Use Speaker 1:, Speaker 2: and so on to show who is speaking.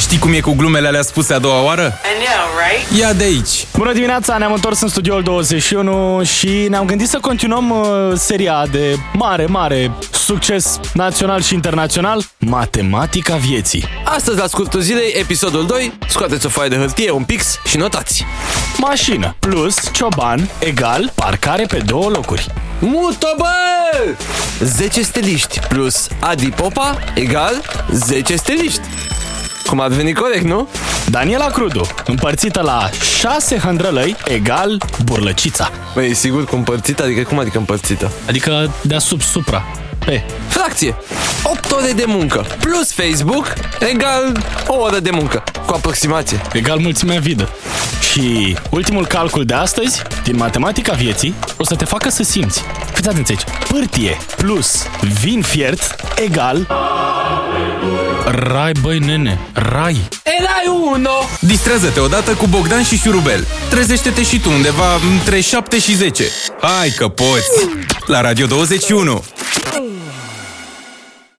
Speaker 1: Știi cum e cu glumele alea spuse a doua oară? Ia de aici!
Speaker 2: Bună dimineața, ne-am întors în studioul 21 și ne-am gândit să continuăm uh, seria de mare, mare succes național și internațional, Matematica Vieții.
Speaker 3: Astăzi, la scurtul zilei, episodul 2, scoateți o foaie de hârtie, un pix și notați.
Speaker 2: Mașină plus cioban egal parcare pe două locuri.
Speaker 3: Mută, bă! 10 steliști plus Adi Popa egal 10 steliști. Cum ar veni corect, nu?
Speaker 2: Daniela Crudu, împărțită la 6 hândrălăi egal burlăcița.
Speaker 3: Băi, e sigur cu împărțită, adică cum adică împărțită?
Speaker 2: Adică deasupra supra. E,
Speaker 3: Fracție. 8 ore de muncă plus Facebook egal o oră de muncă. Cu aproximație.
Speaker 2: egal mulțimea vidă. Și ultimul calcul de astăzi, din matematica vieții, o să te facă să simți. Fiți atenți aici. Pârtie plus vin fiert egal... Rai, băi, nene, rai.
Speaker 3: Erai uno!
Speaker 1: Distrează-te odată cu Bogdan și Șurubel. Trezește-te și tu undeva între 7 și 10. Hai că poți! La Radio 21!